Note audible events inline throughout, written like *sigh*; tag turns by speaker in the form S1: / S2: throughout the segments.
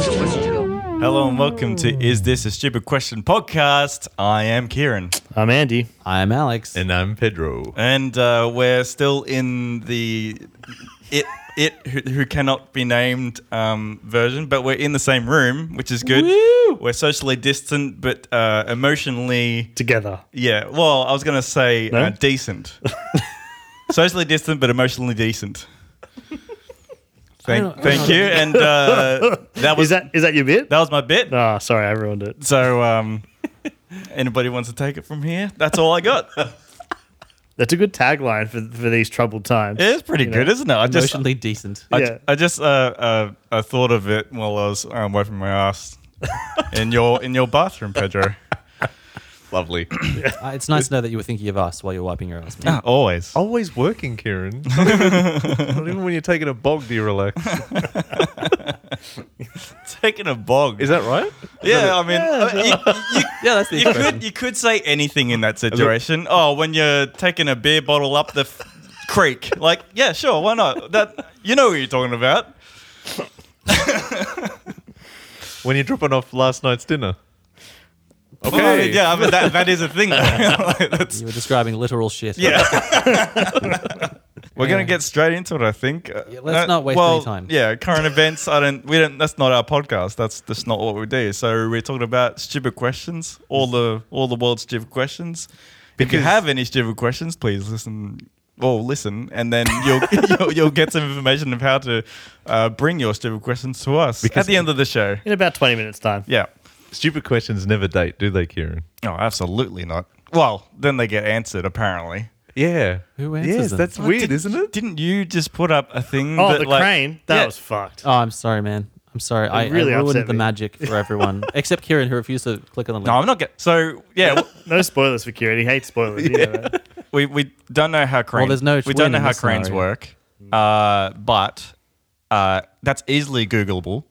S1: Hello and welcome to Is This a Stupid Question podcast. I am Kieran,
S2: I'm Andy.
S3: I'm Alex.
S4: And I'm Pedro.
S1: and uh, we're still in the it it who, who cannot be named um, version, but we're in the same room, which is good. We're socially distant, but uh, emotionally,
S2: Together.
S1: yeah. Well, I was gonna say
S2: No?
S1: uh, decent, *laughs* socially distant, but emotionally decent. Thank, thank you, and uh, that was
S2: Is that is that your bit?
S1: that was my bit.
S2: Ah, sorry, I ruined it.
S1: So, um, anybody wants to take it from here? That's all I got. it
S2: That's a good tagline for for these troubled times.
S1: is pretty
S2: You know,
S1: good, isn't it? I just,
S3: Emotionally decent.
S1: I,
S2: Yeah.
S1: I just uh, uh, I thought of it while I was um, wiping my ass in your in your bathroom, Pedro.
S4: Lovely.
S3: Uh,
S2: *laughs*
S3: it's nice to know that you were thinking of us while you're wiping your ass. man.
S1: Ah, Always.
S4: *clears throat* Always working,
S1: *laughs*
S4: Kieran. Not even, not even when you're taking a bog do you relax.
S1: Taking a bog.
S4: Is that right?
S1: yeah, I mean, uh, you, you-
S3: Yeah, that's the
S1: you
S3: expression.
S1: could you could say anything in that situation. Oh, when you're taking a beer bottle up the f- creek, like yeah, sure, why not? That you know what you're talking about.
S4: When you're dropping off last night's dinner.
S1: Well, I mean, yeah, I mean, that, that is a thing. *laughs* Like, that's-
S3: You were describing literal shit. *laughs*
S1: Yeah. We're gonna
S3: Yeah.
S1: get straight into it, I think. Uh,
S3: Yeah, let's not waste
S1: well,
S3: any time.
S1: Yeah, current events. I don't. We don't. That's not our podcast. That's that's not what we do. So we're talking about stupid questions. All the all the world's stupid questions. if you
S4: Because-
S1: have any stupid questions, please listen. Well, listen, and then you'll, *laughs* you'll you'll get some information of how to uh, bring your stupid questions to us at
S4: Because-
S1: the end of the show.
S2: In about twenty minutes time.
S1: Yeah.
S4: Stupid questions never date, do they, Kieran?
S1: No, absolutely not. Well, then they get answered apparently.
S4: Yeah.
S3: Who answers
S4: Yes,
S3: them?
S4: that's
S3: Oh,
S4: weird,
S1: Didn't-
S4: isn't it?
S1: Didn't you just put up a thing?
S2: Oh,
S1: that,
S2: the
S1: like-
S2: crane. That
S1: Yeah.
S2: was fucked.
S3: Oh, I'm sorry, man. I'm sorry. I, I
S2: really upset
S3: ruined the
S2: me. *laughs*
S3: magic for everyone except Kieran, who refused to click on the link.
S1: No, I'm not getting. So yeah, w-
S2: *laughs* No spoilers for Kieran. He hates spoilers. You know
S1: *laughs*
S2: that.
S1: we we don't know how cranes.
S3: there's no
S1: we
S3: twin
S1: don't know
S3: in
S1: how
S3: this
S1: cranes
S3: scenario.
S1: work. Uh, but uh, that's easily Googleable,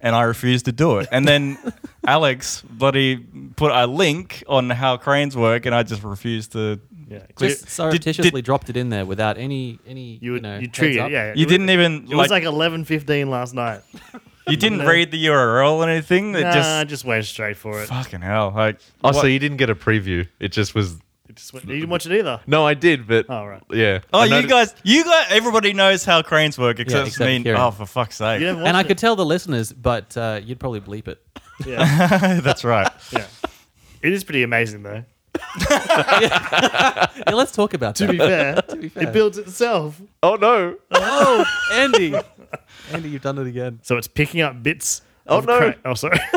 S1: and I refuse to do it. And
S3: *laughs*
S1: then Alex bloody put a link on how cranes work, and I just refused to.
S2: Yeah.
S3: Just
S2: You-
S3: surreptitiously dropped it in there without any any
S2: you
S3: you,
S2: would
S3: know
S2: you
S3: heads
S2: triggered.
S3: up.
S2: Yeah.
S1: You
S2: It
S1: didn't
S2: was-
S1: even
S2: It was like eleven fifteen last night.
S1: you didn't read the URL or anything. *laughs* It
S2: nah,
S1: just
S2: I just went straight for it.
S1: fucking hell. Like
S4: Oh,
S1: what-
S4: so you didn't get a preview. It just was.
S2: It just went, you didn't watch it either.
S4: No, I did, but.
S2: Oh, right.
S4: Yeah.
S1: Oh,
S4: I
S1: you
S4: noticed-
S1: guys, you guys, everybody knows how cranes work except,
S3: except
S1: me.
S3: Kieran.
S1: Oh, for fuck's sake.
S2: You haven't watched
S3: And I
S2: it.
S3: could tell the listeners, but uh, you'd probably bleep
S2: *laughs*
S3: it.
S1: *laughs*
S2: Yeah.
S1: *laughs* That's right.
S2: yeah. It is pretty amazing
S3: *laughs*
S2: though.
S3: Yeah, let's talk about
S2: To
S3: that.
S2: be fair,
S3: fair.
S2: it builds itself.
S4: *laughs* Oh, no.
S3: *laughs* Oh,
S2: *laughs*
S3: Andy, Andy, you've done it again.
S2: So it's picking up bits.
S4: Oh,
S2: of
S4: no.
S2: cra- oh sorry. *laughs*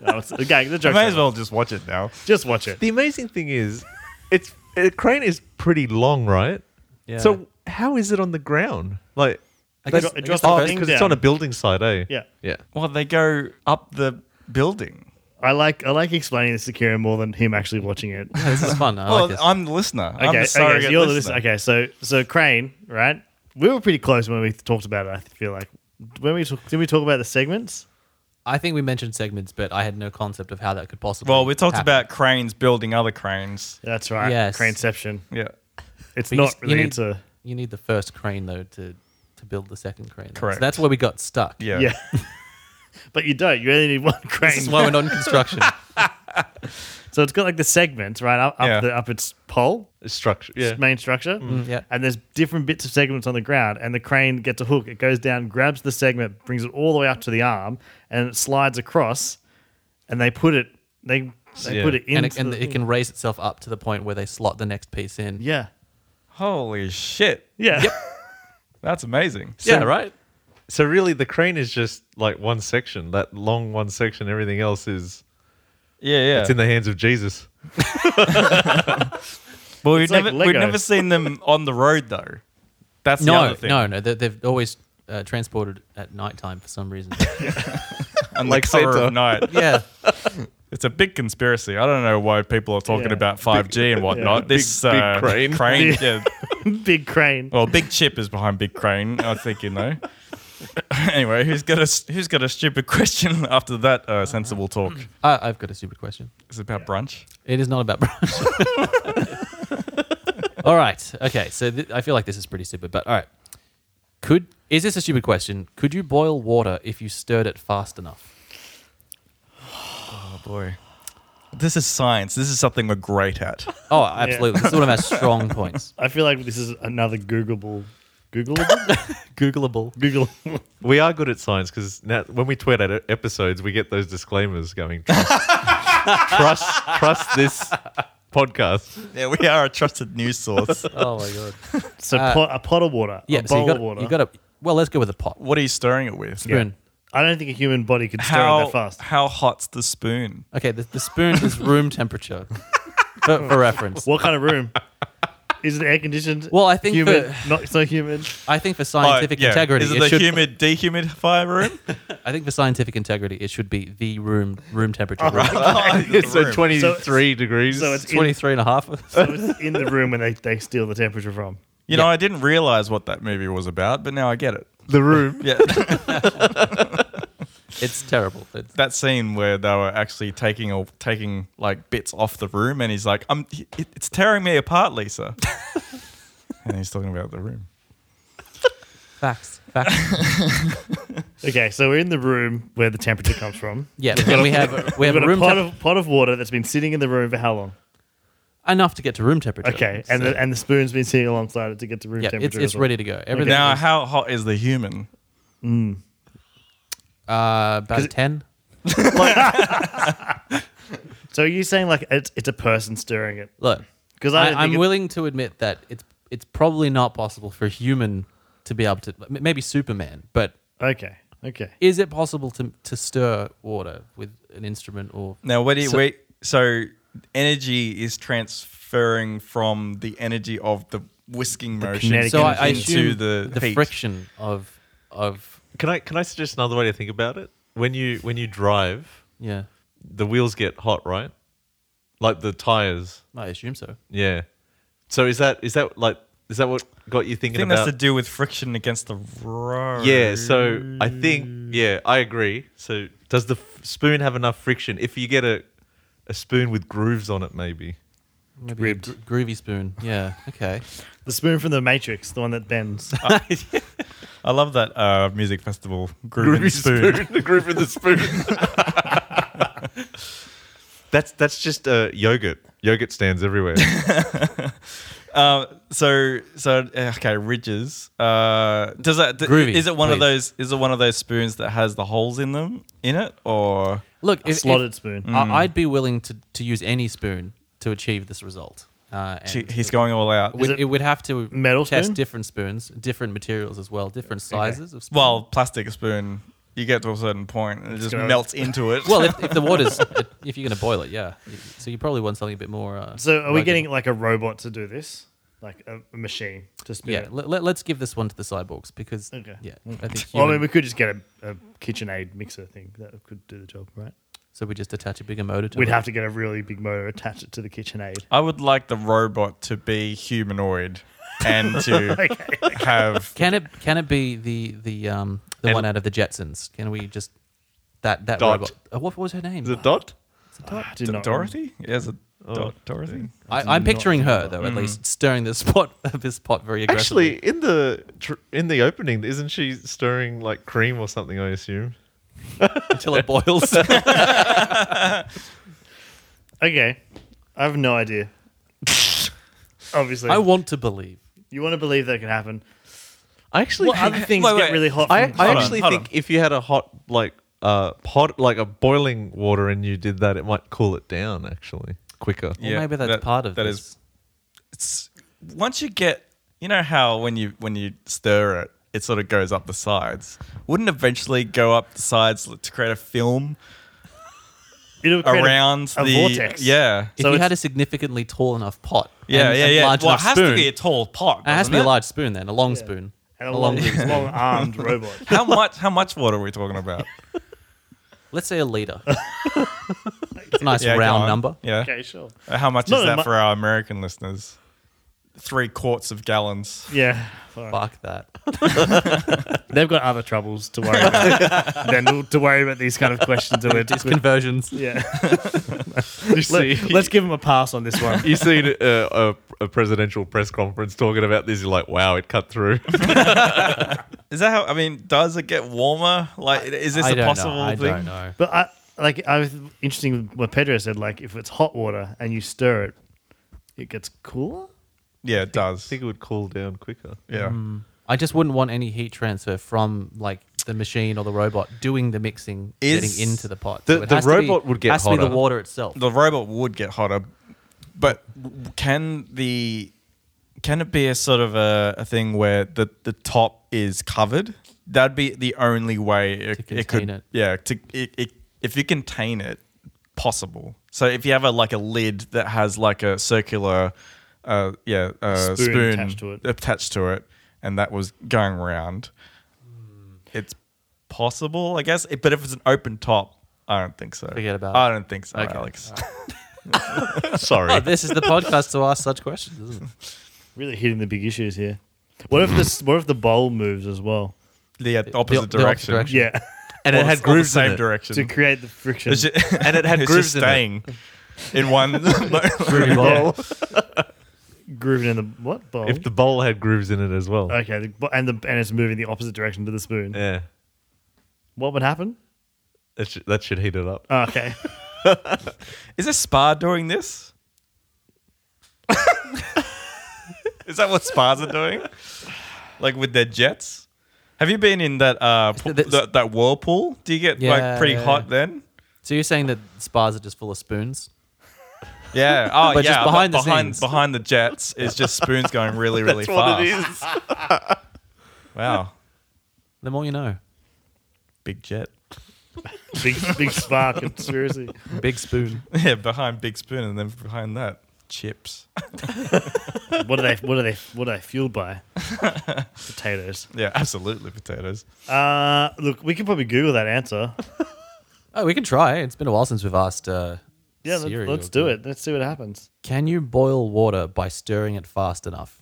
S2: no, it's, okay, the
S1: I
S2: joke's
S1: may as
S2: over.
S1: well just watch it now.
S2: Just watch it.
S4: The amazing thing is, it's a crane is pretty long, right?
S3: Yeah.
S4: So how is it on the ground? Like,
S3: I
S2: They
S3: guess,
S2: dro-
S3: I
S2: it
S3: guess
S2: dropped
S3: the
S2: off
S3: first-
S2: thing.
S4: because it's
S2: down.
S4: on a building site, eh?
S2: Yeah.
S4: Yeah.
S1: Well, they go up the building.
S2: I like I like explaining this to Kieran more than him actually
S1: *laughs*
S2: watching it. okay,
S3: *laughs* this is
S2: *laughs*
S3: fun. I
S1: well,
S3: like this.
S1: I'm the listener. I'm
S2: okay,
S1: the surrogate
S2: so you're the
S1: listener.
S2: listener. Okay, so so Crane, right? We were pretty close when we talked about it. I feel like when we talk, did we talk about the segments?
S3: I think we mentioned segments, but I had no concept of how that could possibly.
S1: Well, we talked
S3: happen.
S1: about cranes building other cranes.
S2: That's right.
S3: Yes.
S2: Craneception.
S1: Yeah,
S2: It's
S3: But you
S2: not
S3: s- you
S2: really.
S3: need-
S2: it's a
S3: You need the first crane though to to build the second crane. though.
S1: Correct.
S3: So that's where we got stuck.
S1: yeah.
S2: yeah. *laughs* but you don't. You only need one crane.
S3: This is why we're not in construction.
S2: so it's got like the segments right up up,
S1: Yeah.
S2: the, up its pole,
S4: Structure. Yeah.
S2: its main structure.
S3: yeah.
S2: And there's different bits of segments on the ground, and the crane gets a hook. It goes down, grabs the segment, brings it all the way up to the arm, and it slides across. And they put it, they, they
S4: Yeah.
S2: put it in.
S3: And it, and it can raise itself up to the point where they slot the next piece in.
S2: yeah,
S1: Holy shit.
S2: yeah,
S1: That's amazing.
S3: Yeah, right.
S4: So really, the crane is just like one section. That long one section. Everything else is
S1: Yeah, yeah.
S4: it's in the hands of Jesus.
S1: well, we've
S2: It's like
S1: never we've
S2: Lego.
S1: never seen them on the road though. That's the
S3: No,
S1: other thing.
S3: no, no. They, they've always uh, transported at nighttime for
S1: *laughs*
S3: some reason.
S1: and
S4: Like
S1: like cover
S4: Santa.
S1: of
S3: *laughs*
S1: night.
S3: yeah.
S1: It's a big conspiracy. I don't know why people are talking
S2: Yeah.
S1: about 5G and whatnot.
S4: Big-
S1: This
S4: big
S1: uh,
S4: crane.
S1: crane,
S2: Big-
S1: yeah.
S2: *laughs* big crane.
S1: Well, big chip is behind big crane. I think you know. *laughs* anyway, who's got a s- who's got a stupid question *laughs* after that uh, sensible talk?
S3: I, I've got a stupid question.
S1: It's about brunch.
S3: It is not about *laughs* brunch. all right. Okay. So th- I feel like this is pretty stupid, but all right. Could is this a stupid question? Could you boil water if you stirred it fast enough?
S1: *sighs* Oh boy, this is science. This is something we're great at.
S3: Oh, absolutely. This is one of our
S2: *laughs*
S3: strong points.
S2: I feel like this is another Googleable, Googleable,
S3: *laughs* Googleable.
S2: Google.
S4: We are good at science because now when we tweet out e-, episodes, we get those disclaimers going. Trust, *laughs* trust, trust this podcast.
S1: *laughs* yeah, we are a trusted news source.
S3: Oh my god.
S2: so pot, a pot of water,
S3: Uh, Yeah.
S2: a bowl
S3: so you got
S2: of water.
S3: you got to. Well, let's go with a pot.
S1: *laughs* what are you stirring it with?
S2: Yeah.
S3: Spoon.
S2: I don't think a human body could stir it
S1: How
S2: that fast.
S1: how hot's the spoon?
S3: Okay. The, the spoon is room temperature. For, for reference,
S2: What kind of room? Is it air conditioned?
S3: Well, I think
S2: humid,
S3: the-
S2: not so humid.
S3: I think for scientific
S1: Oh, yeah.
S3: integrity,
S1: Is
S3: it,
S1: it, the
S3: should.
S1: humid dehumidifier room?
S3: I think for scientific integrity, it should be the room room temperature. room.
S1: *laughs*
S4: It's
S1: Room.
S4: at 23 degrees.
S2: So it's in,
S3: 23 and a half. *laughs*
S2: so it's in the room when they, they steal the temperature from.
S1: You know, I didn't realize what that movie was about, but now I get it.
S4: the room.
S1: Yeah, *laughs*
S3: It's terrible. It's,
S1: that scene where they were actually taking a, taking like bits off the room, and he's like, "I'm, it, it's tearing me apart, Lisa." *laughs* and he's talking about the room.
S3: facts. Facts.
S2: *laughs* Okay, so we're in the room where the temperature comes from.
S3: Yeah. and we have we
S2: We've
S3: have
S2: got a
S3: room
S2: pot
S3: temp-
S2: of pot of water that's been sitting in the room for how long?
S3: enough to get to room temperature.
S2: Okay, and
S3: So-
S2: the, and the spoon's been sitting alongside it to get to room
S3: yeah, it's,
S2: temperature.
S3: it's
S2: as well.
S3: ready to go. Everything
S1: Now,
S3: is,
S1: how hot is the human?
S3: uh, about a 10.
S2: So are you saying like it's, it's a person stirring it?
S3: Look,
S2: 'Cause I
S3: I,
S2: don't think
S3: I'm
S2: it-
S3: willing to admit that it's it's probably not possible for a human to be able to m- maybe Superman, but
S2: Okay, okay.
S3: is it possible to to stir water with an instrument or
S1: Now, what do you
S3: So-
S1: wait? So, energy is transferring from the energy of the whisking motion
S2: kinetic
S3: so I, I
S2: energy.
S1: into
S3: assume
S1: the, heat.
S3: friction of of
S4: Can I can I suggest another way to think about it? When you when you drive,
S3: yeah,
S4: the wheels get hot, right? Like the tires.
S3: I assume so.
S4: Yeah. So is that is that like is that what got you
S1: I
S4: thinking
S1: think
S4: about?
S1: that's to do with friction against the road.
S4: Yeah, so I think yeah, I agree. So does the f- spoon have enough friction? If you get a a spoon with grooves on it, maybe.
S3: Maybe a gr- groovy spoon. Yeah.
S2: *laughs*
S3: Okay.
S2: The spoon from the Matrix, the one that bends.
S3: Uh,
S2: *laughs*
S1: I love that uh, music festival groovy, spoon.
S4: the groove in the spoon. *laughs* that's that's just uh, yogurt. Yogurt stands everywhere.
S1: Uh, so so uh, okay, ridges. Uh, does that d-
S3: Groovy,
S1: is it one of
S3: please.
S1: those is it one of those spoons that has the holes in them in it or
S3: Look,
S2: a
S3: if,
S2: slotted
S3: if-
S2: spoon. Mm.
S3: I, I'd be willing to, to use any spoon to achieve this result. Uh, and
S1: Gee, he's going all out?
S3: we-
S2: Is
S3: it,
S2: it
S3: would have to
S2: metal
S3: test
S2: spoon?
S3: different spoons, different materials as well, different sizes of spoons.
S1: Well, plastic spoon. You get to a certain point and it just
S2: gonna-
S1: melts into it.
S3: well, if,
S2: *laughs*
S3: if the water's if you're going to boil it, yeah. So you probably want something a bit more. Uh,
S2: So are we
S3: rugged.
S2: getting like a robot to do this? Like a, a machine to spin
S3: Yeah.
S2: it?
S3: Let, let, us give this one to the cyborgs because
S2: Okay.
S3: yeah, I think.
S2: Well, I mean,
S3: human-
S2: we could just get a, a KitchenAid mixer thing that could do the job, right?
S3: so we just attach a bigger motor to
S2: We'd
S3: it.
S2: have to get a really big motor, attach it to the *laughs* KitchenAid.
S1: I would like the robot to be humanoid and
S2: *laughs*
S1: to have
S3: Can it can it be the the um the
S4: And-
S3: one out of the Jetsons? Can we just that that
S4: Dot.
S3: robot? Uh, what was her name?
S4: the dot.
S2: I do
S1: D-
S2: not-
S1: Dorothy. Yes, a Dor- Dorothy.
S3: I, I'm picturing her though,
S2: Mm-hmm.
S3: at least stirring this pot *laughs* this pot very aggressively.
S4: Actually, in the tr- in the opening, isn't she stirring like cream or something? I assume.
S3: until
S1: *laughs*
S3: it boils.
S2: Okay, I have no idea. Obviously,
S3: I want to believe.
S2: you want to believe that can happen.
S4: I actually
S2: What other things
S1: wait,
S2: get
S1: wait.
S2: really hot?
S4: I,
S2: from-
S4: I
S1: Hold on,
S4: actually
S1: hold
S4: think
S1: on.
S4: if you had a hot like uh pot like a boiling water and you did that, it might cool it down actually quicker.
S3: Well,
S1: Yeah,
S3: maybe that's
S1: that-
S3: part of
S1: that
S3: this.
S1: is- it's once you get you know how when you when you stir it it sort of goes up the sides wouldn't eventually go up the sides to create a film
S2: It'll create a-
S1: around
S2: a
S1: the
S2: vortex.
S1: yeah
S3: If
S2: So
S3: you
S2: it's-
S3: had a significantly tall enough pot,
S1: yeah
S3: and-
S1: yeah
S3: and
S1: yeah
S3: large
S1: well it
S3: enough
S1: has
S3: spoon,
S1: to be a tall pot
S3: it has to
S1: doesn't
S3: be a large spoon then, a long spoon,
S2: and a long, *laughs* long armed robot.
S1: *laughs* how much how much water are we talking about
S3: Let's say
S2: *laughs*
S3: a liter. it's a nice
S1: go
S3: round
S1: on.
S3: number.
S1: yeah
S2: Okay, sure.
S1: how much
S2: not
S1: is
S2: a
S1: that
S2: mu-
S1: for our American listeners three quarts of gallons
S2: Yeah, fine.
S3: Fuck that.
S2: they've got other troubles to worry about than to worry about these kind of questions. That we're,
S3: Just
S2: *laughs*
S3: conversions.
S2: yeah,
S4: You see, *laughs*
S2: let's give them a pass on this one.
S4: you see uh, a, a presidential press conference talking about this. You're like, wow, it cut through.
S1: Is that how? I mean, does it get warmer? Like, is this
S3: I
S1: a
S3: don't
S1: possible
S3: know. I
S1: thing?
S3: don't know.
S2: But I like I was interesting what Pedro said. Like if it's hot water and you stir it, it gets cooler.
S1: Yeah, it does.
S4: it would cool down quicker.
S1: yeah.
S3: I just wouldn't want any heat transfer from like the machine or the robot doing the mixing,
S1: Is-
S3: getting into the pot.
S4: The-
S3: So it
S4: the
S3: has to be-
S4: robot would get
S3: has to be
S4: hotter.
S3: the water itself.
S1: The robot would get hotter, but w- can the can it be a sort of a, a thing where the, the top is covered? That'd be the only way it,
S3: To
S1: it could.
S3: contain it.
S1: Yeah, to it, it, if you contain it, possible. So if you have a like a lid that has like a circular, uh, yeah, uh,
S2: Spoon
S1: spoon,
S2: attached to it.
S1: attached to it, and that was going around,
S3: Hmm.
S1: it's possible, I guess. But if it's an open top, I don't think so. Uh,
S3: Forget about
S1: I
S3: it.
S1: don't think so,
S3: Okay.
S1: Alex.
S4: Sorry.
S3: *laughs* Oh, this is the podcast to ask such questions. Isn't it?
S2: Really hitting the big issues here. What if this? What if the bowl moves as well?
S1: *laughs* the uh,
S3: the
S1: opposite
S3: opposite
S1: direction.
S3: direction.
S2: *laughs* Yeah,
S4: and it had
S1: Or the
S4: grooves
S1: same
S4: in it.
S1: direction.
S2: to create the friction.
S1: It's ju- *laughs* and it had
S4: It's
S1: grooves
S4: just in it.
S1: staying in *laughs* one.
S3: Pretty
S1: *laughs*
S3: well.
S2: *laughs* Yeah. *laughs* Grooving in the what bowl?
S4: If the bowl had grooves in it as well.
S2: okay, the, bo- and the and it's moving the opposite direction to the spoon.
S4: Yeah.
S2: What would happen?
S4: That should, that should heat it up.
S2: Oh,
S4: *laughs*
S2: okay,
S1: Is a spa doing this? *laughs* Is that what spas are doing? Like with their jets? Have you been in that uh p-
S3: That's-
S1: that, that whirlpool? Do you get like
S3: Yeah,
S1: pretty
S3: yeah.
S1: hot then?
S3: So you're saying that spas are just full of spoons?
S1: Yeah. Oh
S3: But
S1: yeah.
S3: just behind the
S1: behind
S3: scenes.
S1: behind the jets is just spoons going
S3: *laughs*
S1: really really
S4: That's what
S1: fast.
S4: it is.
S1: Wow.
S3: The more you know.
S1: Big jet.
S2: big *laughs* big spark conspiracy.
S3: Big spoon.
S1: *laughs* Yeah, behind big spoon and then behind that chips. *laughs*
S2: What are they? What are they? What are they fueled
S4: *laughs*
S2: by? Potatoes.
S1: Yeah, absolutely potatoes.
S2: Uh, look, we could probably Google
S1: *laughs*
S2: that answer.
S3: Oh, we can try. It's been a while since we've asked. Uh,
S2: Yeah, let,
S3: Siri
S2: let's
S3: or-
S2: do it. Let's see what happens.
S3: Can you boil water by stirring it fast enough?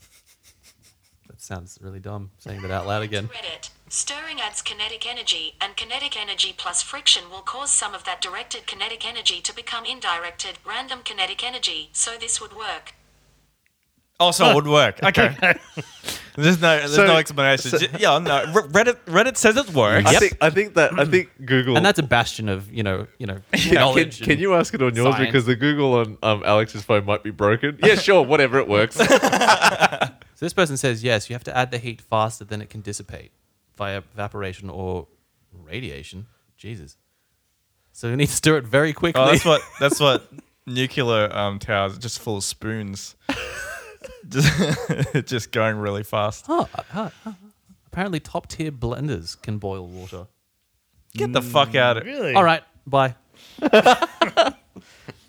S3: That sounds really dumb saying that out loud again.
S5: Reddit. Stirring adds kinetic energy, and kinetic energy plus friction will cause some of that directed kinetic energy to become indirected, random kinetic energy, so this would work.
S1: Also, it would work. Okay. There's no, there's
S4: So-
S1: no explanation. Ju- yeah, no. Re- Reddit, Reddit says it works.
S4: I,
S3: Yep.
S4: think, I think that I think Google.
S3: And that's a bastion of you know you know
S4: Yeah, can,
S3: knowledge.
S4: can you ask it on yours
S3: science.
S4: because the Google on um, Alex's phone might be broken? Yeah, sure, whatever it
S3: *laughs*
S4: works.
S3: So this person says yes. You have to add the heat faster than it can dissipate via evaporation or radiation. Jesus. So you need to stir it very quickly.
S1: Oh, that's what. That's what *laughs* nuclear um, towers are just full of spoons. *laughs* just, just going really fast.
S3: Oh, uh, uh, uh, apparently, top tier blenders can boil water.
S1: Get the fuck out of it.
S2: Really?
S3: All right, bye.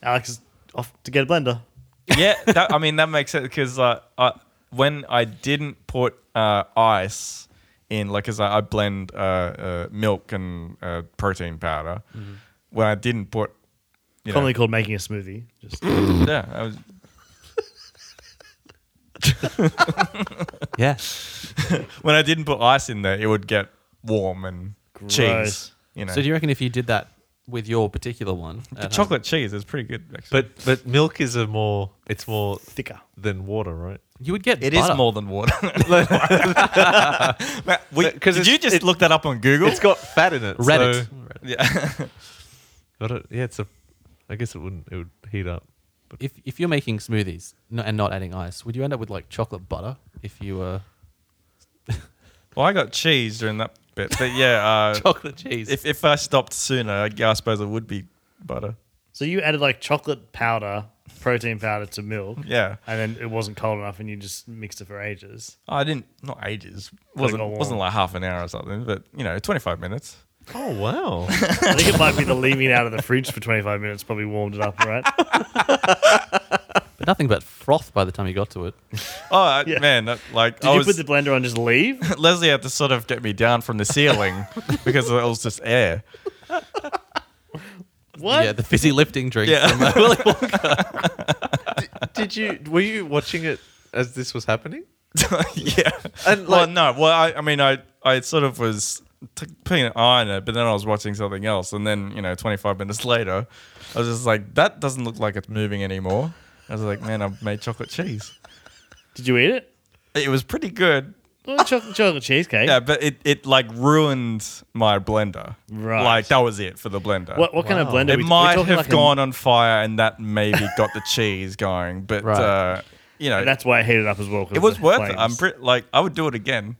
S2: Alex is off to get a blender.
S1: Yeah, that, I mean that makes sense because uh, I, when I didn't put uh, ice in, like, because I, I blend uh, uh, milk and uh, protein powder, when I didn't put, you know,
S2: Commonly called making a smoothie.
S1: *laughs*
S2: Just
S1: yeah, I was,
S3: Yeah.
S1: when I didn't put ice in there, it would get warm and
S2: Gross.
S1: cheese. You know,
S3: So do you Uh-huh. reckon if you did that with your particular one, at
S1: the
S3: home-
S1: chocolate cheese is pretty good. Actually.
S4: but but milk is a more it's more
S2: thicker.
S4: than water, right?
S3: you would get
S1: it is
S3: butter.
S1: more than *laughs* water. Because did
S4: it's-
S1: you just look that up on Google?
S4: It's got fat in it.
S3: Reddit.
S4: so-
S3: Reddit.
S1: yeah.
S4: Got it. Yeah, it's a. I guess it wouldn't. It would heat up. But
S3: If if you're making smoothies no- and not adding ice, would you end up with like chocolate butter if you uh
S1: Well, I got cheese during that bit, but yeah,
S3: *laughs*
S1: uh,
S3: chocolate cheese?
S1: if if I stopped sooner, I, g- I suppose it would be butter.
S2: So you added like chocolate powder, protein powder to milk,
S1: Yeah,
S2: and then it wasn't cold enough, and you just mixed it for ages. *laughs*
S1: Oh, I didn't. Not ages. wasn't
S2: got warm.
S1: wasn't like half an hour or something, but you know, twenty five minutes. *laughs*
S4: oh *laughs* wow,
S2: I think it might be the leaving it out of the fridge for 25 minutes probably warmed it
S1: *laughs*
S2: up, right?
S3: but nothing but froth by the time you got to it.
S1: Oh I-
S2: Yeah.
S1: man, that, like
S2: Did
S1: I
S2: you
S1: was,
S2: put the blender on just leave?
S1: *laughs* Leslie had to sort of get me down from the ceiling *laughs* because it was just air.
S2: What?
S3: Yeah, the fizzy lifting drink.
S1: Yeah.
S3: *laughs* From, uh, Willy Wonka.
S4: did you? Were you watching it as this was happening?
S1: *laughs* *laughs* yeah.
S4: And,
S1: well,
S4: like-
S1: no. Well, I, I mean, I, I sort of was t- putting an eye on it, but then I was watching something else, and then you know, 25 minutes *laughs* later, I was just like, that doesn't look like it's moving anymore. I was like, man, I've made chocolate cheese.
S2: Did you eat it?
S1: It was pretty good.
S2: Well, chocolate, chocolate cheesecake.
S1: Yeah, but it, it like ruined my blender.
S2: Right.
S1: Like that was it for the blender.
S2: What, what kind of
S3: Wow.
S2: blender?
S1: it
S2: we- we
S1: might
S2: talking
S1: have
S2: like a-
S1: gone on fire and that maybe got the cheese going, but
S3: Right.
S1: uh, you know,
S2: that's why I heated up as well. 'cause
S1: it
S2: of
S1: was
S2: the
S1: worth it.
S2: flames.
S1: I'm pretty like I would do it again.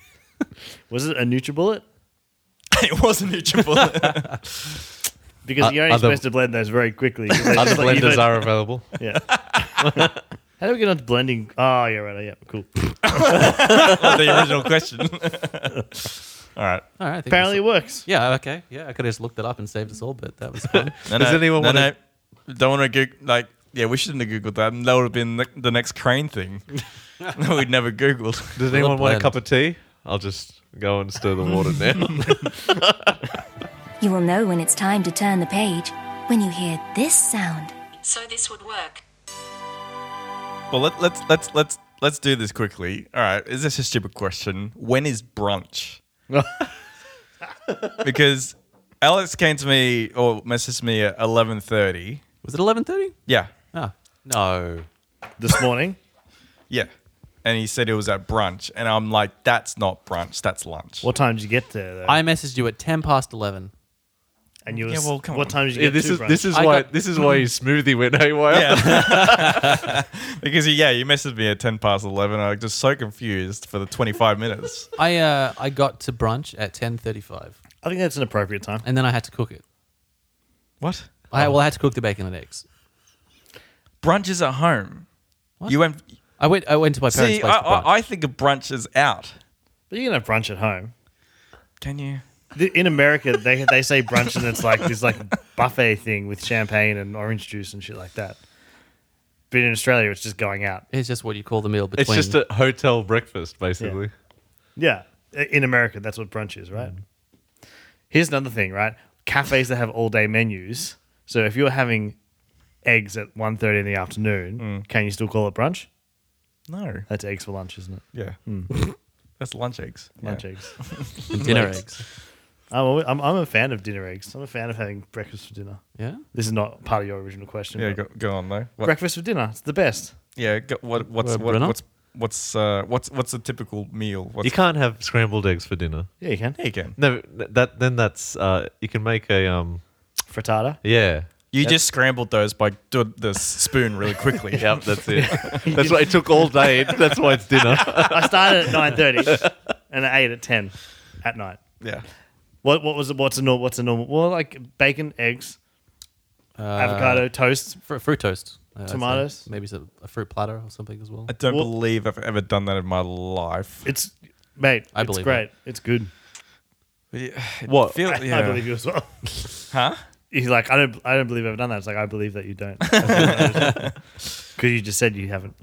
S1: *laughs*
S2: was it a NutriBullet?
S1: it was a *laughs* NutriBullet.
S2: Because
S4: Uh,
S2: you're only
S4: other-
S2: supposed to blend those very
S4: *laughs*
S2: quickly. 'cause they
S4: Other
S2: just let you
S4: blenders
S2: know-
S4: are available.
S2: Yeah. *laughs* How do we get on to blending? Oh, yeah, right. Yeah,
S4: *laughs*
S2: cool.
S1: the original question. *laughs* All right.
S3: All right. I think we
S2: Apparently, it
S3: sol-
S2: works.
S3: Yeah. Okay. Yeah. I could have just looked it up and saved us all, but that was fun.
S1: No,
S4: Does
S1: no,
S4: anyone
S1: no,
S4: wanna-
S1: no. Don't want to Google like yeah, we shouldn't have googled that. And that would have been the, the next crane thing. *laughs* that We'd never googled.
S4: Does
S3: Well,
S4: anyone want a
S3: blend.
S4: cup of tea? I'll just go and stir the water *laughs* now.
S6: You will know when it's time to turn the page when you hear this sound.
S5: So this would work.
S1: Well, let, let's let's let's let's do this quickly. All right, is this a stupid question? When is brunch? because Alex came to me or messaged me at eleven thirty.
S3: Was it eleven thirty?
S1: Yeah,
S3: Ah. No.
S2: This morning,
S1: yeah, and he said it was at brunch, and I'm like, that's not brunch, that's lunch.
S2: what time did you get there? Though?
S3: I messaged you at ten past eleven.
S2: and you
S1: Yeah,
S2: was,
S1: well, come
S2: what
S1: on.
S2: time did you
S4: Yeah,
S2: get
S4: this
S2: to
S4: is
S2: brunch?
S4: this is
S3: I
S4: why
S3: got-
S4: this is why his smoothie went haywire.
S1: Yeah, because yeah, you messaged me at ten past eleven. I was just so confused for the twenty five minutes.
S3: I uh I got to brunch at ten thirty five,
S2: I think that's an appropriate time.
S3: and then I had to cook it.
S1: What
S3: I well I had to cook the bacon and eggs.
S1: brunch is at home? You went.
S3: I went I went to my parents'
S1: See, I,
S3: place for brunch.
S1: I, I think of brunch as out.
S2: But you can have brunch at home.
S1: Can you?
S2: The- In America, they they say brunch and it's like this like buffet thing with champagne and orange juice and shit like that. But in Australia, it's just going out.
S3: it's just what you call the meal between.
S4: It's just a hotel breakfast, basically.
S2: Yeah, in America, that's what brunch is, right? Mm. Here's another thing, right? Cafes that have all day menus. So if you're having eggs at 1.30 in the afternoon, can you still call it brunch?
S1: No.
S2: That's eggs for lunch, isn't it?
S1: Yeah.
S2: Hmm.
S1: *laughs* That's lunch eggs.
S2: Lunch *laughs* eggs.
S3: dinner eggs.
S2: I'm, alwa- I'm, I'm a fan of dinner eggs. I'm a fan of having breakfast for dinner.
S3: Yeah.
S2: This is not part of your original question.
S1: Yeah,
S2: but
S1: go, go on though. What,
S2: breakfast for dinner. It's the best.
S1: yeah, go, what, what's
S3: Uh,
S1: what,
S3: Bruno?
S1: what's what's uh, what's what's a typical meal? What's,
S4: You can't have scrambled eggs for dinner.
S2: Yeah, you can.
S1: Yeah, you can.
S4: No, that then that's uh, you can make a um
S2: Frittata.
S4: yeah.
S1: You just scrambled those by doing the spoon really quickly. *laughs*
S4: Yep, that's *laughs* it. that's why it took all day. That's why it's dinner.
S2: I started *laughs* at 9.30 and I ate at 10 at night.
S1: Yeah.
S2: What, what was it? What's a normal? What's a normal? Well, like bacon, eggs, avocado, toast,
S3: Uh, Fr- fruit toast. uh, I'd say.
S2: Tomatoes?
S3: Maybe some, a fruit platter or something as well.
S1: I don't
S2: Well-
S1: believe I've ever done that in my life.
S2: It's mate.
S3: I
S2: it's
S3: believe
S2: great. It's good.
S1: what?
S2: I, I believe you as well. *laughs*
S1: Huh?
S2: He's like, I don't, I don't believe I've done that. It's like I believe that
S1: *laughs*
S2: you don't, because you just said you haven't.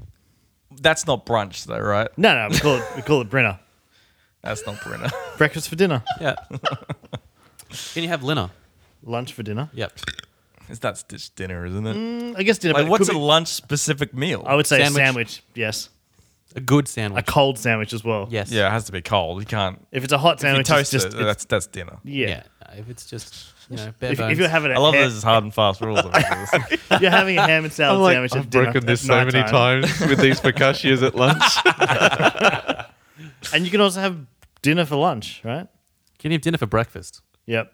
S1: That's not brunch though, right?
S2: No, no, we call it, we call it Brenner.
S1: That's not *laughs* brunch.
S2: Breakfast for dinner,
S3: yeah. *laughs* Can you have dinner?
S2: lunch for dinner.
S3: Yep.
S1: It's that's just dinner, isn't it?
S2: I guess dinner.
S1: like,
S2: but Mm, it
S1: what's
S2: could
S1: a
S2: be-
S1: lunch specific meal?
S2: I would say
S3: Sandwich.
S2: a sandwich. Yes,
S3: A good
S2: a
S3: sandwich.
S2: cold sandwich as well.
S3: yes.
S1: yeah, it has to be cold. You can't.
S2: If it's a hot
S1: If you
S2: sandwich, it's
S1: toast
S2: just
S1: it.
S2: it's-
S1: That's that's dinner.
S2: yeah.
S3: If it's just you know bare
S2: If,
S3: bones.
S2: if you're having a
S1: I love
S2: ha-
S1: those hard and fast rules.
S2: *laughs*
S1: about this.
S2: you're having a
S1: *laughs*
S2: ham and salad
S4: *laughs* I'm like,
S2: sandwich
S4: I've
S2: at dinner
S4: broken
S2: at
S4: this so many
S2: nighttime.
S4: times
S2: *laughs*
S4: with these focaccias at lunch.
S2: and you can also have dinner for lunch, right?
S3: Can you have dinner for
S4: *laughs*
S3: breakfast?
S2: Yep.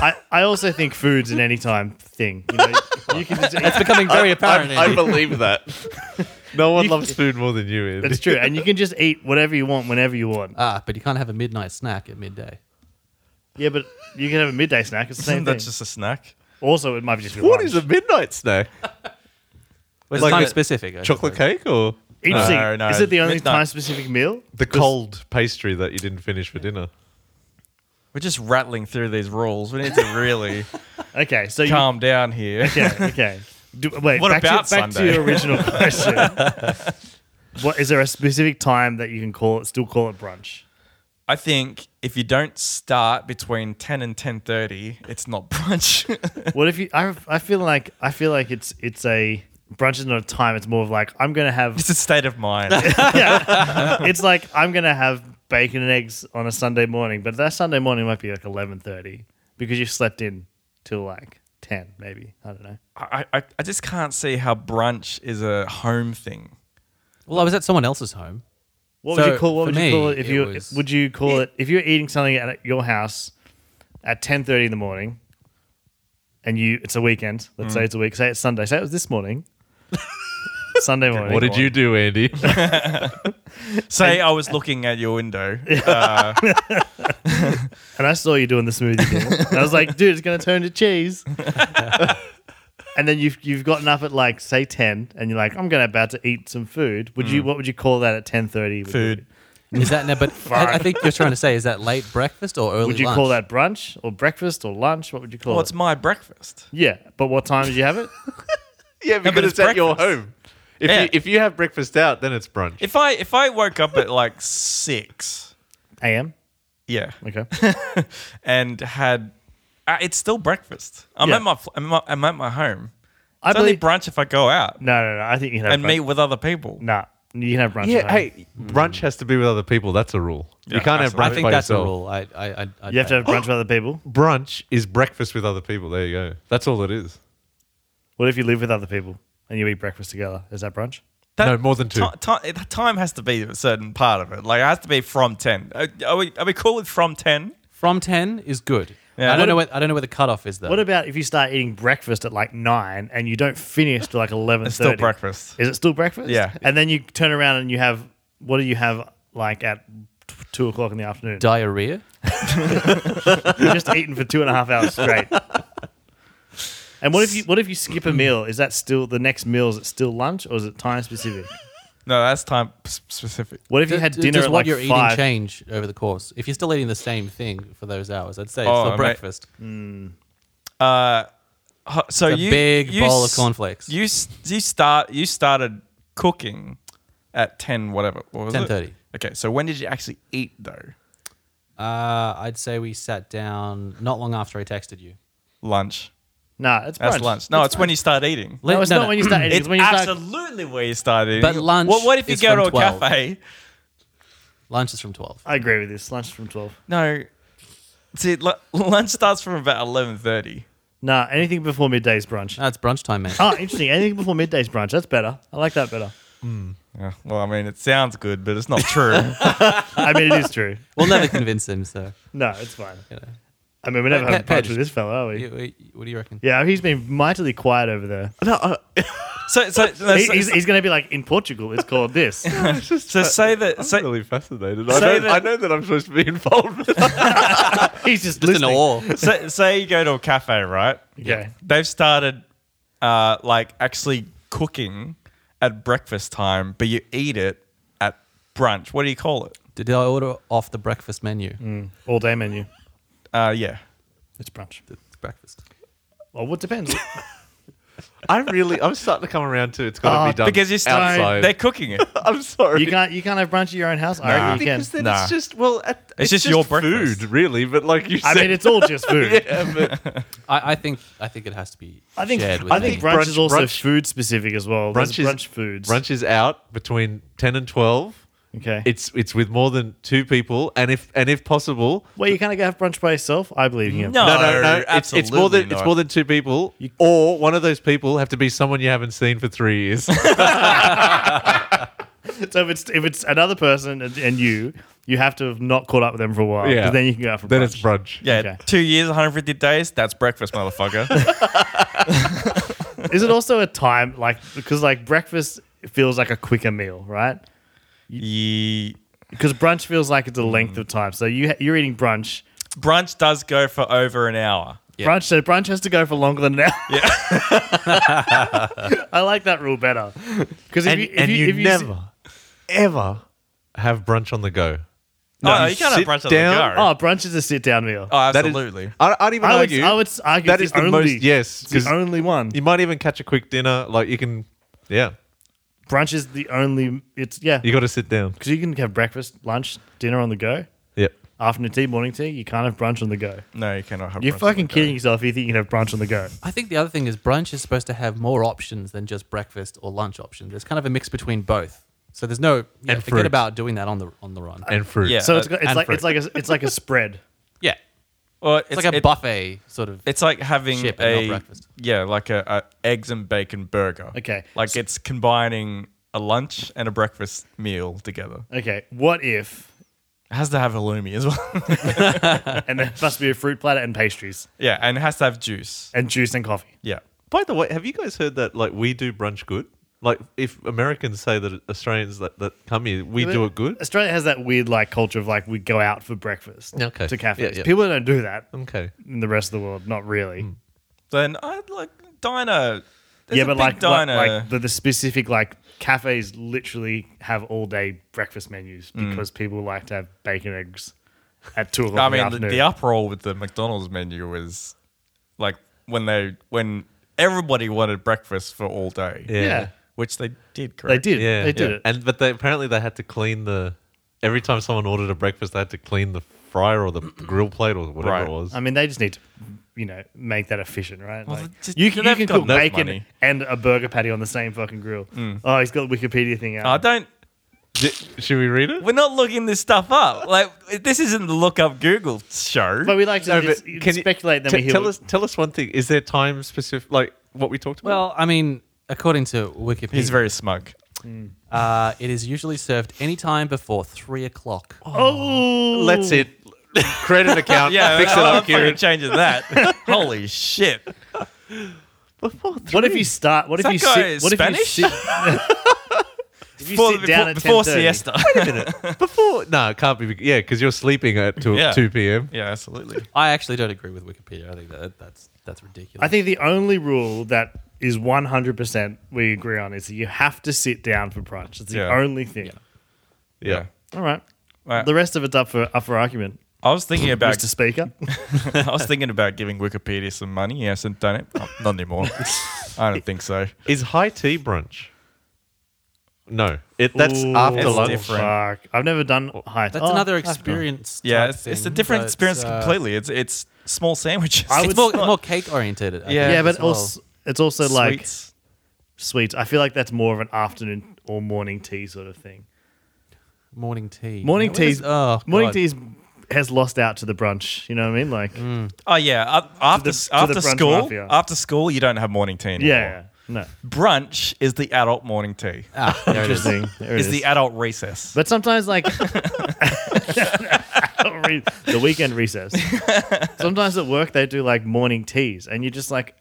S2: I, I also think food's an anytime thing. You know, you can just,
S3: It's becoming very apparent.
S4: I, I
S3: Andy.
S4: believe that. No one
S2: You-
S4: loves food more than you. Andy.
S2: that's true, and you can just eat whatever you want whenever you want.
S3: ah, but you can't have a midnight snack at midday.
S2: yeah, but you can have a midday snack. It's the same
S4: *laughs*
S1: Isn't
S2: thing.
S1: that just a snack?
S2: also, it might just be
S4: What
S2: lunch.
S4: is a midnight snack?
S3: It's
S4: Like
S3: time
S4: a-
S3: specific. I
S4: Chocolate
S3: suppose.
S4: cake or
S2: Interesting.
S1: No, no,
S2: is it the only
S1: midnight.
S2: time specific meal?
S4: the cold pastry that you didn't finish for dinner?
S1: We're just rattling through these rules. We need to
S2: *laughs*
S1: really *laughs*
S2: Okay, so *laughs* you,
S1: calm down here.
S2: okay, okay. Do, wait,
S1: What
S2: back, to,
S1: about
S2: back to
S1: Sunday?
S2: your
S1: *laughs*
S2: original question. what is there a specific time that you can call it? Still call it brunch?
S1: I think if you don't start between ten and ten thirty, it's not brunch. *laughs*
S2: What if you? I, I feel like I feel like it's it's a brunch is not a time. It's more of like I'm gonna have
S1: it's a state of mind.
S2: *laughs* it's like I'm gonna have bacon and eggs on a Sunday morning, but that Sunday morning might be like eleven thirty because you slept in till like ten, maybe. I don't know.
S1: I, I, I just can't see how brunch is a home thing.
S3: Well, I was at someone else's home.
S2: What
S3: So,
S2: would you call? What
S3: for
S2: would you call
S3: me,
S2: it? If
S3: it
S2: you
S3: was-
S2: would you call it if you're eating something at your house at ten thirty in the morning, and you it's a weekend. Let's
S3: Mm.
S2: say it's a week. Say it's Sunday. Say it was this
S3: *laughs*
S2: morning. Sunday morning.
S4: What did you do, Andy? *laughs*
S1: Say I was looking at your
S2: *laughs*
S1: window.
S2: And I saw you doing the smoothie. Deal. and I was like, dude, it's gonna turn
S1: *laughs*
S2: to cheese. and then you've you've gotten up at like say ten, and you're like, I'm gonna about to eat some food. Would you? What would you call that at ten thirty?
S1: Mm. Food.
S3: Is
S2: *laughs*
S3: that no? But I, I think you're trying to say is that late breakfast or early?
S2: Would you
S3: lunch?
S2: call that brunch or breakfast or lunch? What would you call
S1: Well,
S2: it?
S1: it's my breakfast.
S2: yeah, but what time did
S1: *laughs*
S2: you have it?
S4: yeah, because
S1: but
S4: it's,
S1: it's
S4: at your
S1: breakfast.
S4: home. If,
S1: Yeah.
S4: you, if you have breakfast out, then it's brunch.
S1: If I if I woke up at like six,
S2: A.M.
S1: yeah,
S2: Okay.
S1: *laughs* and had uh, it's still breakfast. I'm
S2: Yeah.
S1: at my fl- I'm at, I'm at my home.
S2: I
S1: it's only
S2: believe.
S1: brunch if I go out
S2: no, no, no. I think you can have
S1: and
S2: brunch.
S1: meet with other people.
S2: Nah, you can have brunch. at
S4: yeah,
S2: home.
S4: hey, brunch has to be with other people. That's a rule.
S1: Yeah,
S4: you can't have
S1: absolutely.
S4: brunch
S3: I think
S4: by
S3: that's
S4: yourself.
S3: a rule. I, I, I, I'd
S2: you have to
S1: *gasps*
S3: say.
S2: have brunch with other people.
S4: Brunch is breakfast with other people. There you go. That's all it is.
S2: What if you live with other people and you eat breakfast together? Is that brunch?
S1: That-
S4: no, more than two.
S1: Ti- ti- the time has to be a certain part of it. Like it has to be from ten. Are, are we are we cool with from ten?
S3: from ten is good.
S1: Yeah.
S3: I don't
S1: What
S3: know. Where, I don't know where the cutoff is though.
S2: What about if you start eating breakfast at like nine and you don't finish till like eleven?
S1: It's still breakfast.
S2: Is it still breakfast?
S1: Yeah.
S2: And then you turn around and you have what do you have like at t- two o'clock in the afternoon?
S3: diarrhea?
S2: You're just eating for two and a half
S1: *laughs*
S2: hours straight. And what if you what if you skip a meal? Is that still the next meal? Is it still lunch or is it time specific?
S1: No, that's time s- specific.
S2: What if you
S3: D-
S2: had
S3: d-
S2: dinner
S3: does
S2: at
S3: what
S2: like
S3: you're eating
S2: five?
S3: change over the course? If you're still eating the same thing for those hours, I'd say it's
S1: Oh,
S3: still
S1: mate.
S3: breakfast.
S1: Ho- So
S3: It's a
S1: you
S3: big
S1: you
S3: bowl of
S1: s-
S3: cornflakes.
S1: You s- you start you started cooking at ten whatever. What was it?
S3: 10:30.
S1: Okay, so when did you actually eat though?
S3: Uh, I'd say we sat down not long after I texted you.
S1: Lunch.
S2: Nah, it's brunch.
S1: That's lunch. No, it's when you start eating.
S2: No, it's not when you start eating. It's,
S1: It's
S2: when you start.
S1: absolutely where you start eating.
S3: But lunch
S1: What, what if you
S3: is
S1: go
S3: from
S1: to a
S3: 12.
S1: cafe?
S3: *clears throat* Lunch is from twelve.
S2: I agree with this. Lunch from twelve.
S1: No. See, lu- *laughs* lunch starts from about eleven thirty.
S2: Nah, anything before midday is brunch.
S3: That's brunch time, mate.
S2: Oh, interesting. Anything before midday is brunch. That's better. I like that better.
S1: Yeah, well, I mean, it sounds good, but it's not true.
S2: I mean, it is true.
S3: We'll never convince him. So,
S2: *laughs* No, it's fine.
S3: you know.
S2: I mean, we never
S3: Hey,
S2: have brunch
S3: Pe- Pedge.
S2: with this fella, are we?
S3: You- you- what do you reckon?
S2: Yeah, he's been mightily quiet over there.
S1: *laughs* so,
S4: *laughs*
S1: so, so,
S2: He- he's he's going to be like, in Portugal, it's called this.
S1: so say that. Say,
S4: really fascinated.
S1: Say don't- that- I
S4: know that I'm supposed to be *laughs* involved.
S2: He's just,
S3: Just in
S2: listening.
S1: *laughs*
S2: *laughs*
S3: awe.
S1: say, say you go to a cafe, right?
S2: Okay.
S1: They've started, uh, like actually cooking at breakfast time, but you eat it at brunch. What do you call it?
S3: Did I order off the breakfast menu?
S2: All day menu.
S1: Uh, yeah.
S2: It's brunch.
S3: It's breakfast.
S2: Well, what depends.
S4: I really, I'm starting to come around to it's got to
S2: Oh,
S4: be done
S1: Because you start, *laughs*
S4: outside.
S1: they're cooking
S4: *laughs*
S1: it.
S4: I'm sorry.
S2: You can't you can't have brunch at your own house. I reckon you can.
S4: because then
S1: Nah.
S4: it's just well, at,
S1: It's just your breakfast.
S4: food, really. But like you
S2: I
S4: said,
S2: mean, it's all just food.
S1: *laughs*
S3: I, I think I think it has to be
S2: I think
S3: shared with
S2: I think
S3: me.
S2: brunch,
S4: Brunch-
S2: is also
S4: brunch-
S2: food specific as well. There's
S4: brunch is
S2: brunch foods.
S4: Brunch is out between ten and twelve.
S2: Okay.
S4: It's it's with more than two people, and if and if possible,
S2: well, you can't go have brunch by yourself. I believe you. can.
S1: No.
S4: no, no, no. It's, it's more than
S1: absolutely
S4: it's
S1: not.
S4: more than two people, or one of those people have to be someone you haven't seen for three
S2: *laughs*
S4: years.
S2: So if it's if it's another person and, and you, you have to have not caught up with them for a while.
S4: Yeah.
S2: Yeah. Then you can go out for
S4: then
S2: brunch.
S4: it's brunch.
S1: Yeah,
S2: Okay.
S1: two years, 150 days. That's breakfast, motherfucker.
S2: Is it also a time like because like breakfast feels like a quicker meal, right?
S1: Ye-
S2: Because brunch feels like
S4: Mm.
S2: it's a length of time. So you you're eating brunch.
S1: Brunch does go for over an hour.
S3: Yeah.
S2: Brunch so brunch has to go for longer than an hour. Yeah. *laughs* I like that rule better. Because if
S4: and
S2: you if
S4: and
S2: you,
S4: you,
S2: if you
S4: never,
S2: see-
S4: ever have brunch on the go.
S1: oh,
S4: you
S1: you can't
S4: sit
S1: have brunch on
S4: down-
S1: the go.
S2: oh, brunch is a sit down meal.
S1: Oh,
S4: That is-
S1: absolutely.
S4: I, I'd even
S2: I would
S4: argue
S2: I would argue
S4: that
S2: it's
S4: is the
S2: only,
S4: most yes
S2: it's
S4: because
S2: the only one.
S4: you might even catch a quick dinner. Like you can, yeah,
S2: Brunch is the only. It's yeah.
S4: you got to sit down.
S2: Because you can have breakfast, lunch, dinner on the go.
S4: Yep.
S2: afternoon tea, morning tea. You can't have brunch on the go.
S1: no, you cannot have.
S2: You're
S1: brunch on
S2: fucking
S1: the go.
S2: kidding yourself. if You think you can have brunch on the go?
S3: I think the other thing is brunch is supposed to have more options than just breakfast or lunch options. There's kind of a mix between both. So there's no yeah,
S4: And
S3: forget
S4: fruit.
S3: about doing that on the on the run.
S4: And fruit.
S1: Yeah.
S2: So it's,
S1: Uh,
S2: got-
S3: and
S2: it's like
S3: fruit.
S2: it's like a it's like a spread.
S3: yeah,
S1: Well,
S3: it's, like a
S1: it-
S3: buffet sort of.
S1: It's like having
S3: Shit, but not
S1: a
S3: breakfast.
S1: yeah, like a, a eggs and bacon burger.
S2: Okay.
S1: like it's combining a lunch, and a breakfast meal together.
S2: Okay, what if?
S1: It has to have halloumi as well. *laughs*
S2: And there must be a fruit platter and pastries
S1: yeah, and it has to have juice.
S2: and juice and coffee.
S1: Yeah.
S4: By the way, have you guys heard that like we do brunch good? Like if Americans say that Australians that, that come here, we do it good.
S2: Australia has that weird like culture of like we go out for breakfast
S4: Yeah, okay.
S2: to cafes.
S4: Yeah, yeah.
S2: People don't do that
S4: Okay. Hmm.
S2: in the rest of the world. Not really.
S1: Then I like diner. There's
S2: yeah,
S1: a
S2: but
S1: big
S2: like, like,
S1: diner.
S2: like the, the specific like cafes literally have all day breakfast menus
S1: Mm.
S2: because people like to have bacon eggs at two o'clock.
S1: I
S2: in the
S1: mean, the,
S2: afternoon.
S1: the uproar with the McDonald's menu was like when they when everybody wanted breakfast for all day.
S4: Yeah.
S2: Yeah.
S1: which they did.
S2: they
S1: Correct.
S2: did.
S4: Yeah.
S2: they did
S4: yeah.
S2: it.
S4: And but they apparently they had to clean the every time someone ordered a breakfast, they had to clean the fryer
S2: *clears throat*
S4: or the grill plate or whatever
S1: Right.
S4: it was.
S2: I mean, they just need to, you know, make that efficient, right?
S1: Well,
S2: Like,
S1: just-
S2: you can, you
S1: they've
S2: can
S1: got
S2: cook
S1: enough
S2: bacon
S1: money. Mm.
S2: and a burger patty on the same fucking grill. Oh, he's got the Wikipedia thing out.
S1: I don't.
S4: Di- Should we read it?
S1: We're not looking this stuff up. Like this isn't the look up Google show.
S2: but we like to
S4: No, but
S2: just
S4: can you-
S2: speculate. then
S4: t-
S2: we hear
S4: tell
S2: what-
S4: us tell us one thing. Is there time specific like what we talked about?
S3: Well, I mean, according to Wikipedia,
S1: He's very smug.
S3: uh, it is usually served any time before three o'clock.
S2: Oh,
S4: let's it credit
S1: *laughs*
S4: account.
S1: Yeah,
S4: fix it
S1: I'm
S4: up, Kieran.
S1: fucking changing that. *laughs* Holy shit!
S2: What if you start? What
S1: Is
S2: if
S1: that
S2: you
S1: guy
S2: sit? What
S1: Spanish?
S2: if you sit? *laughs*
S1: *laughs*
S2: if you sit down at
S1: before
S2: 10:30.
S1: siesta.
S4: Before, no, it can't be. Yeah, because you're sleeping at two,
S1: *laughs* Yeah.
S4: 2 p.m.
S1: yeah, absolutely.
S3: I actually don't agree with Wikipedia. I think that that's that's ridiculous.
S2: I think the only rule that is 100% we agree on is that you have to sit down for brunch. It's the
S1: Yeah.
S2: only thing.
S4: Yeah.
S2: All right.
S1: Right.
S2: The rest of it's up for up for argument,
S1: I was thinking about
S2: Mr. Speaker.
S1: *laughs* I was thinking about giving Wikipedia some money. Yes, and don't it? Oh, Not anymore. I don't think so.
S4: Is high tea brunch? No, it that's after
S1: It's
S4: lunch.
S1: different.
S2: Fuck. I've never done high.
S3: that's
S2: oh,
S3: another
S2: fuck.
S3: experience.
S1: *laughs* Yeah,
S3: type
S1: it's, it's a
S3: thing,
S1: different
S3: but,
S1: experience
S3: uh,
S1: completely. It's it's small sandwiches. *laughs*
S2: I
S3: It's
S2: would-
S3: more, more cake oriented.
S1: Yeah,
S2: Yeah, but also it's also like
S1: Sweets.
S2: sweets. I feel like that's more of an afternoon or morning tea sort of thing.
S3: morning tea.
S2: Morning
S3: What is-
S2: teas.
S3: Oh,
S2: morning
S3: God.
S2: teas has lost out to the brunch. You know what I mean? Like,
S1: oh yeah, a- after
S2: the- to the
S1: after
S2: brunch
S1: school,
S2: mafia.
S1: after school, you don't have morning tea anymore.
S2: yeah, no.
S1: brunch is the adult morning tea.
S3: Ah, there it is.
S2: Interesting. There it
S1: is the adult recess.
S2: But sometimes, like *laughs* the weekend recess, sometimes at work they do like morning teas, and you're just like,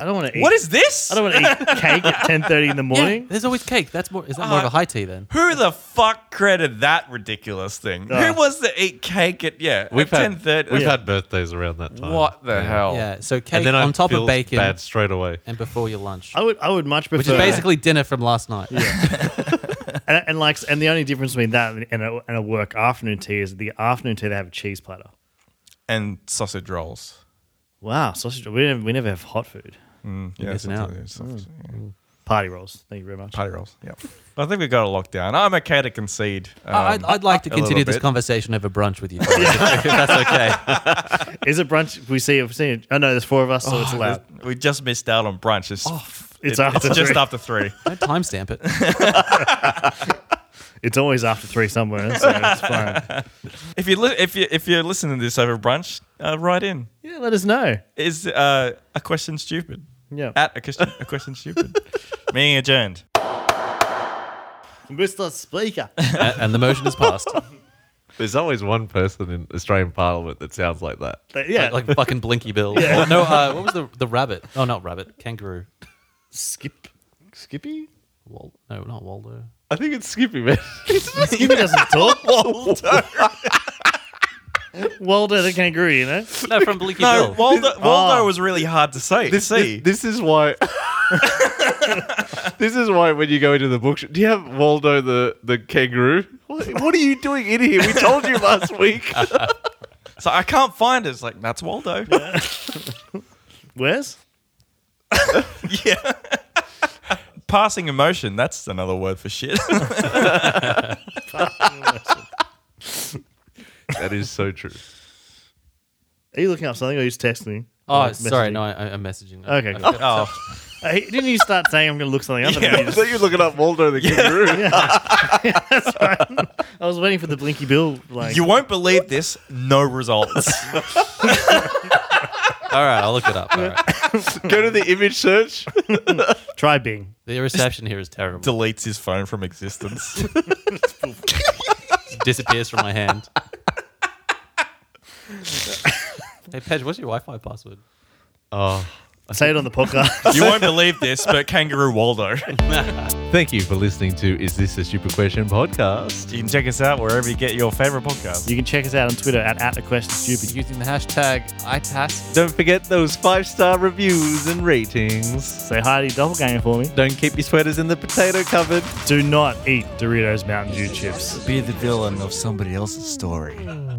S2: I don't want to eat.
S1: What is this?
S2: *laughs* I don't want to eat cake at ten thirty in the
S3: Yeah,
S2: morning.
S3: there's always cake. That's more. Is that more of a high tea then?
S1: Who the fuck created that ridiculous thing?
S2: Ah.
S1: Who wants to eat cake at yeah
S4: We've
S1: at
S4: had
S1: ten thirty?
S4: we've had birthdays around that time.
S1: what the hell?
S3: Yeah. So cake
S4: And then I
S3: on top
S4: feel
S3: of bacon
S4: bad straight away.
S3: and before your lunch,
S2: I would, I would much prefer,
S3: which is basically dinner from last night.
S2: and, and like, and the only difference between that and a, and a work afternoon tea is the afternoon tea they have a cheese platter.
S1: And sausage rolls.
S2: Wow, sausage. We never, we never have hot food.
S1: Yeah,
S3: missing out.
S1: sometimes it's sausage, yeah.
S2: Party rolls. Thank you very much.
S1: Party rolls. Yeah. I think we've got a lockdown. I'm okay to concede.
S3: I- *laughs* I'd,
S1: um,
S3: I'd like
S1: a
S3: to
S1: little
S3: continue this
S1: bit.
S3: conversation over brunch with you. guys, *laughs* if that's okay.
S2: Is it brunch? We see. We see. it- Oh no, there's four of us, so it's
S1: Oh,
S2: allowed.
S1: there's- We just missed out on brunch. It's,
S3: Oh,
S2: it's
S1: it-
S2: after
S1: just
S2: three.
S1: after three.
S3: Don't timestamp it.
S2: It's always after three somewhere, so it's fine.
S1: if you li- if you if you're listening to this over brunch, uh, write in.
S2: Yeah, let us know.
S1: Is uh, a question stupid?
S2: Yeah.
S1: At a question, a question *laughs* stupid. Meeting adjourned.
S2: Mr. *laughs* Speaker.
S3: and, and the motion is passed.
S4: There's always one person in Australian Parliament that sounds like that.
S2: yeah.
S3: Like, like fucking Blinky Bill. Or no, uh, what was the the rabbit? Oh, not rabbit. Kangaroo.
S2: Skip. Skippy?
S3: Wal- no, not Waldo.
S4: I think it's Skippy, man.
S2: Skippy *laughs* doesn't talk. Waldo. Waldo the kangaroo, you know?
S3: No, from Blinky
S1: No,
S3: Bill.
S1: *laughs* Waldo, Waldo
S2: Oh.
S1: was really hard to say.
S4: This,
S1: see,
S4: this, *laughs* this is why. this is why when you go into the bookshop, do you have Waldo the, the kangaroo? What, what are you doing in here? We told you last week.
S1: so I can't find it. It's like that's Waldo.
S2: Where's?
S1: Passing emotion. That's another word for *laughs* shit. Oh,
S4: that is so true.
S2: Are you looking up something or you just texting me?
S3: Oh,
S2: Or
S3: sorry.
S2: messaging?
S3: No, I, I- I'm messaging.
S2: Okay, cool.
S1: oh,
S2: Uh, he- didn't you start saying I'm going to look something up? and *laughs* then you
S4: I
S2: just-
S4: thought you were looking up Waldo the kangaroo.
S2: I was waiting for the Blinky Bill. Like,
S1: you won't believe this. No results. *laughs*
S3: All right, I'll look it up. All right.
S4: Go to the image search.
S2: Try Bing.
S3: The reception here is terrible.
S1: Deletes his phone from existence.
S3: It disappears from my hand. hey, Pej, what's your Wi-Fi password?
S4: Oh,
S2: Say it on the podcast.
S1: you won't believe this, but Kangaroo Waldo.
S4: thank you for listening to Is This a Stupid Question podcast.
S1: You can check us out wherever you get your favorite podcast.
S2: *laughs* you can check us out on Twitter at, at the question stupid.
S3: Using the hashtag ITASK.
S4: Don't forget those five star reviews and ratings.
S2: Say hi to your doppelganger for me.
S4: Don't keep your sweaters in the potato cupboard.
S2: Do not eat Doritos Mountain Dew chips.
S1: Be the villain of somebody else's story.